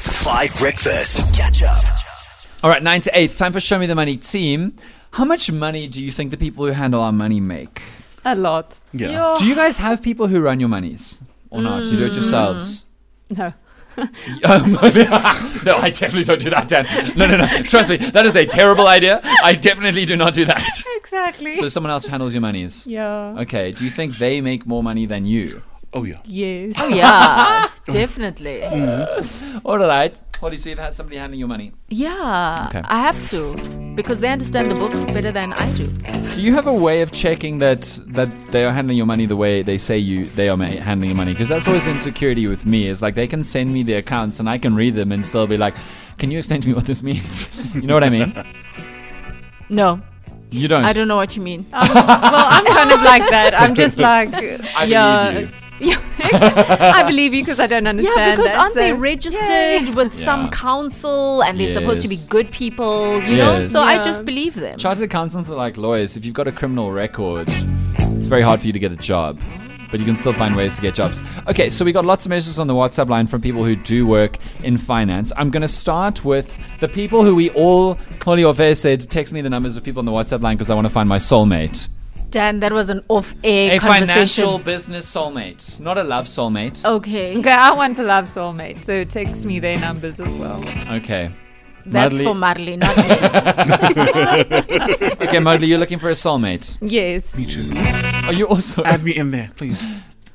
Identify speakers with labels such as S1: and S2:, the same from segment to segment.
S1: Five Breakfast. Catch up.
S2: All right, nine to eight. It's time for Show Me the Money team. How much money do you think the people who handle our money make?
S3: A lot.
S4: Yeah.
S3: Yo-
S2: Do you guys have people who run your monies or not? Do you do it yourselves?
S3: no.
S2: Um, no, I definitely don't do that, Dan. No, no, no. Trust me, that is a terrible idea. I definitely do not do that.
S3: Exactly.
S2: So someone else handles your monies.
S3: yeah.
S2: Okay, do you think they make more money than you?
S4: Oh yeah.
S3: Yes.
S5: Oh yeah, definitely.
S2: Mm. All right. Holly, so you've had somebody handling your money.
S5: Yeah,
S2: Okay.
S5: I have to because they understand the books better than I do.
S2: Do you have a way of checking that that they are handling your money the way they say you they are ma- handling your money? Because that's always the insecurity with me is like they can send me the accounts and I can read them and still be like, "Can you explain to me what this means?" you know what I mean?
S5: No,
S2: You don't.
S5: I don't know what you mean.
S3: well, I'm kind of like that. I'm just like,
S2: I
S3: yeah.
S2: believe you.
S3: Yeah, I believe you because I don't understand.
S5: Yeah, because
S3: that,
S5: aren't they
S3: so-
S5: registered
S3: Yay.
S5: with
S2: Yeah.
S5: some council and they're supposed to be
S2: Yes.
S5: good people, you know?
S2: Yes.
S5: So I
S3: Yeah.
S5: just believe them.
S2: Chartered accountants are like lawyers. If you've got a criminal record, it's very hard for you to get a job. But you can still find ways to get jobs. Okay, so we got lots of messages on the WhatsApp line from people who do work in finance. I'm going to start with the people who we all, Holly or Fair said, text me the numbers of people on the WhatsApp line because I want to find my soulmate.
S5: Dan, that was an off-air
S2: A
S5: conversation.
S2: financial business soulmate, not a love soulmate.
S5: Okay,
S3: Okay, I want to love soulmate, so text me their numbers as well.
S2: Okay.
S5: that's
S2: Madly-
S5: for Marley, not me.
S2: Okay, Modley, you're looking for a soulmate.
S3: Yes.
S4: Me too.
S2: Are you also?
S4: Add me in there, please.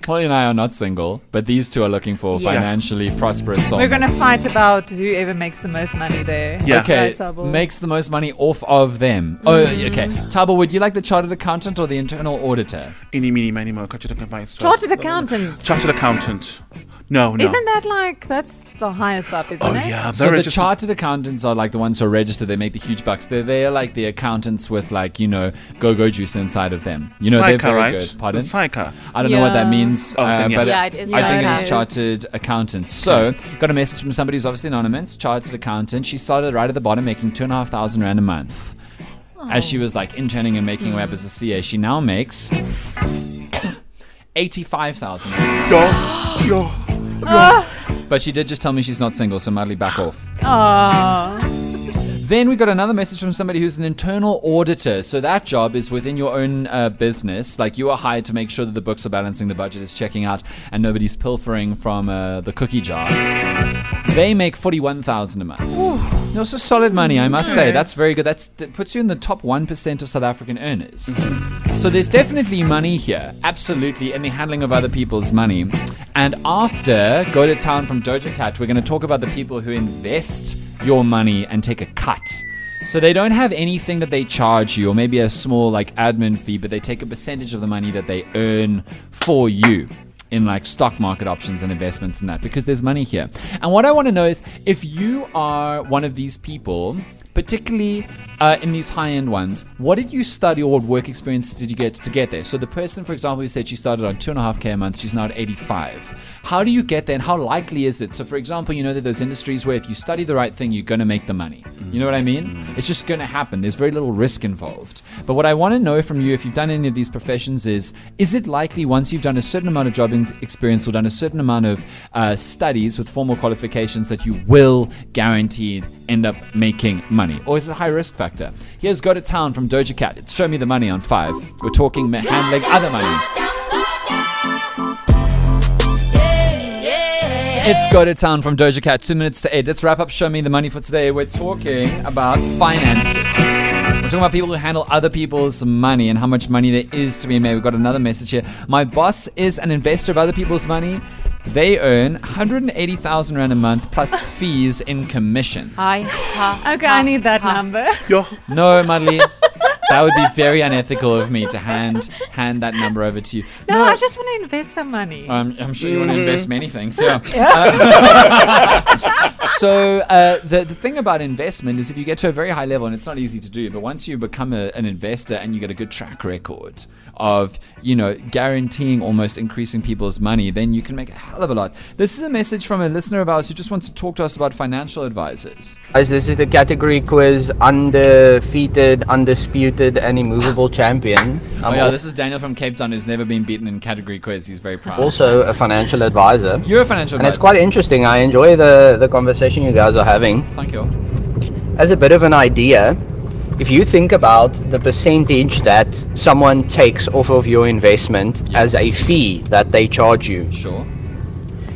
S2: Holly and I are not single, but these two are looking for
S5: Yes.
S2: financially prosperous soulmates.
S3: We're going to fight about whoever makes the most money there.
S4: Yeah.
S2: Okay,
S3: That's our ball.
S2: makes the most money off of them. Oh, okay. Tabo, would you like the chartered accountant or the internal auditor?
S4: Any, meeny, miny, mo. Chartered accountant.
S3: Chartered accountant.
S4: Chartered accountant. No, no.
S3: Isn't that like, that's the highest up, isn't
S4: Oh
S3: it?
S4: yeah.
S2: So
S4: They're
S2: the
S4: just
S2: chartered accountants are like the ones who are registered. They make the huge bucks. They're they're like the accountants with like you know go go juice inside of them. You know they're
S4: Psyca,
S2: very
S4: right?
S2: good. Pardon?
S4: The Psyca.
S2: I don't know what that
S3: Yeah.
S2: means,
S4: Oh,
S2: uh,
S4: then yeah.
S2: but
S5: Yeah, it is
S2: I think it
S5: psycho.
S2: is chartered accountants. So, got a message from somebody who's obviously anonymous, chartered accountant. She started right at the bottom, making two and a half thousand rand a month. As she was like interning and making her way up as a CA, she now makes eighty-five thousand.
S4: Yo, yo.
S2: But she did just tell me she's not single, so madly back off.
S3: Oh,
S2: Then we got another message from somebody who's an internal auditor. So that job is within your own uh, business. Like you are hired to make sure that the books are balancing, the budget is checking out, and nobody's pilfering from uh, the cookie jar. They make forty-one thousand a month. No, it's solid money, I must say. That's very good. That's, that puts you in the top one percent of South African earners. So there's definitely money here, absolutely, in the handling of other people's money. And after Go to Town from Doja Cat, we're going to talk about the people who invest your money and take a cut. So they don't have anything that they charge you, or maybe a small like admin fee, but they take a percentage of the money that they earn for you in like stock market options and investments and that because there's money here. And what I want to know is if you are one of these people, particularly uh, in these high-end ones, what did you study or what work experience did you get to get there? So the person, for example, who said she started on two and a half k a month, she's now at 85. How do you get there, and how likely is it? So, for example, you know that there's industries where if you study the right thing, you're going to make the money. You know what I mean? It's just going to happen. There's very little risk involved. But what I want to know from you, if you've done any of these professions, is is it likely once you've done a certain amount of job in- experience or done a certain amount of uh, studies with formal qualifications that you will guaranteed end up making money? Or is it a high risk factor? Here's Go to Town from Doja Cat. It's Show Me the Money on 5. We're talking ma- handling other money. It's Go to Town from Doja Cat, two minutes to eight. Let's wrap up Show Me the Money for today. We're talking about finances. We're talking about people who handle other people's money and how much money there is to be made. We've got another message here. My boss is an investor of other people's money. They earn 180,000 Rand a month plus fees in commission.
S5: I, ha,
S3: okay, I need that number.
S4: Yo.
S2: No, Madly, that would be very unethical of me to hand hand that number over to you.
S3: No, I just want to invest some money.
S4: Um,
S2: I'm, I'm sure you want to invest many things. Yeah. Uh, so uh, the the thing about investment is if you get to a very high level, and it's not easy to do, but once you become a, an investor and you get a good track record of, you know, guaranteeing almost increasing people's money, then you can make a hell of a lot. This is a message from a listener of ours who just wants to talk to us about financial advisors.
S6: Guys, this is the category quiz undefeated, undisputed, and immovable champion.
S2: Oh,
S6: I'm
S2: yeah,
S6: al-
S2: this is Daniel from Cape Town who's never been beaten in category quiz. He's very proud.
S6: also a financial advisor.
S2: You're a financial
S6: And
S2: advisor.
S6: it's quite interesting. I enjoy the, the conversation you guys are having.
S2: Thank you.
S6: As a bit of an idea, if you think about the percentage that someone takes off of your investment as a
S2: Yes.
S6: fee that they charge you,
S2: Sure.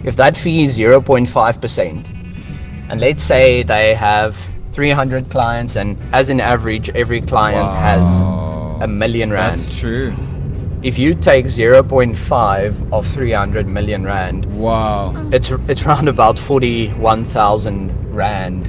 S6: if that fee is 0.5%, and let's say they have 300 clients, and as an average, every client
S2: Wow.
S6: has a million rand.
S2: That's true.
S6: if you take 0.5 of 300 million rand,
S2: Wow.
S6: it's it's around about 41,000 rand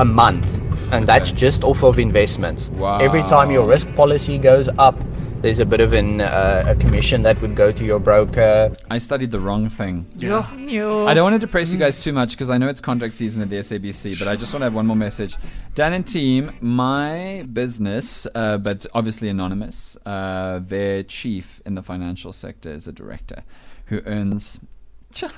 S6: a month, and that's just off of investments. Every time your
S2: Wow.
S6: risk policy goes up, there's a bit of an uh, a commission that would go to your broker.
S2: I studied the wrong thing.
S3: You.
S2: I don't want to depress you guys too much because I know it's contract season at the SABC, but I just want to have one more message. Dan and team, my business, uh, but obviously anonymous, uh, their chief in the financial sector is a director who earns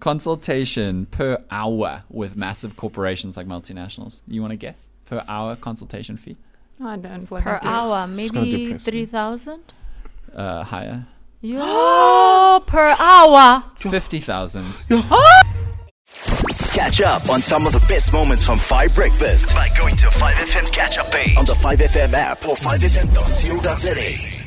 S2: consultation per hour with massive corporations like multinationals. You want to guess? Per hour consultation fee?
S3: I don't blame
S5: per
S3: you.
S5: hour,
S4: gonna
S5: maybe
S4: depress me.
S5: three thousand.
S2: Uh, higher.
S5: Yeah, per hour.
S2: 50,000.
S1: Catch up on some of the best moments from 5 Breakfast by going to 5FM's catch up page on the 5FM app or 5FM.co.za.